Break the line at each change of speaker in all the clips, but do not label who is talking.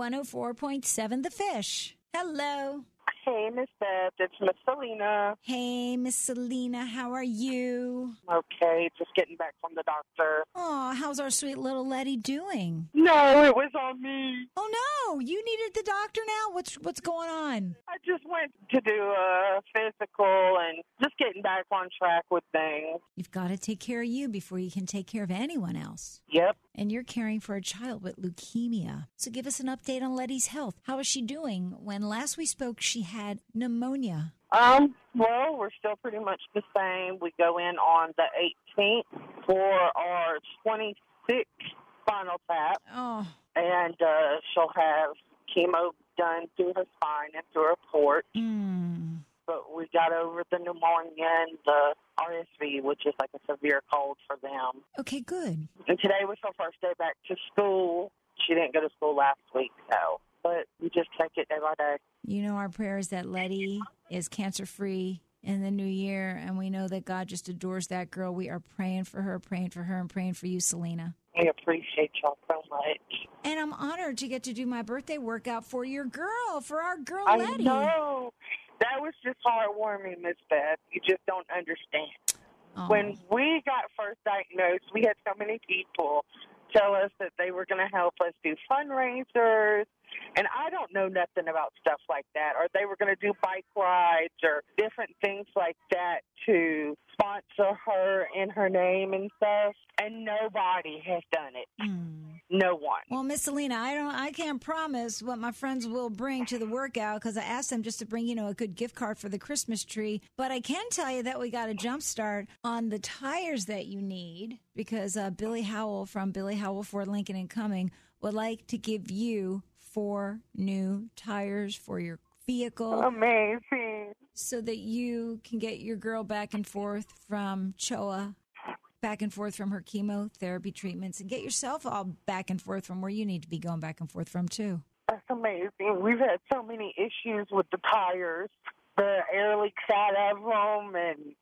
104.7 The Fish. Hello.
Hey, Miss Beth, it's Miss Selena.
Hey, Miss Selena, how are you?
Okay, just getting back from the doctor.
Oh, how's our sweet little Letty doing?
No, it was on me.
Oh no, you needed the doctor now? What's what's going on?
I just went to do a physical and just getting back on track with things.
You've got to take care of you before you can take care of anyone else.
Yep.
And you're caring for a child with leukemia. So give us an update on Letty's health. How is she doing? When last we spoke, she had pneumonia.
Um, well, we're still pretty much the same. We go in on the 18th for our 26th spinal tap,
Oh,
and uh, she'll have chemo done through her spine and through her port.
mm.
But we got over the pneumonia and the RSV, which is like a severe cold for them.
okay, good.
And today was her first day back to school. She didn't go to school last week, so. But we just take it day by day.
You know, our prayer is that Letty is cancer free in the new year, and we know that God just adores that girl. We are praying for her, praying for her, and praying for you, Selena.
We appreciate y'all so much.
And I'm honored to get to do my birthday workout for your girl, for our girl
I
Letty.
know. That was just heartwarming, Miss Beth. You just don't understand.
Aw.
When we got first diagnosed, we had so many people tell us that they were going to help us do fundraisers. And I don't know nothing about stuff like that. Or they were going to do bike rides or different things like that to sponsor her in her name and stuff. And nobody has done it.
Hmm.
No one.
Well, Miss Selena, I don't, I can't promise what my friends will bring to the workout because I asked them just to bring, you know, a good gift card for the Christmas tree. But I can tell you that we got a jump start on the tires that you need because uh, Billy Howell from Billy Howell Ford Lincoln and Cumming would like to give you four new tires for your vehicle
Amazing.
so that you can get your girl back and forth from Choa, back and forth from her chemotherapy treatments, and get yourself all back and forth from where you need to be going back and forth from, too.
That's amazing. We've had so many issues with the tires, the air leaks out of them, and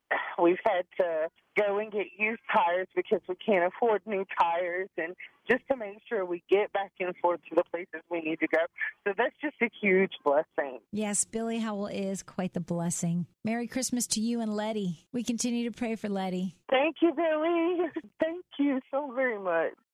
we've had to go and get used tires because we can't afford new tires, and just to make sure we get back and forth to the places we need to go. So that's just a huge blessing.
Yes, Billy Howell is quite the blessing. Merry Christmas to you and Letty. We continue to pray for Letty.
Thank you, Billy. Thank you so very much.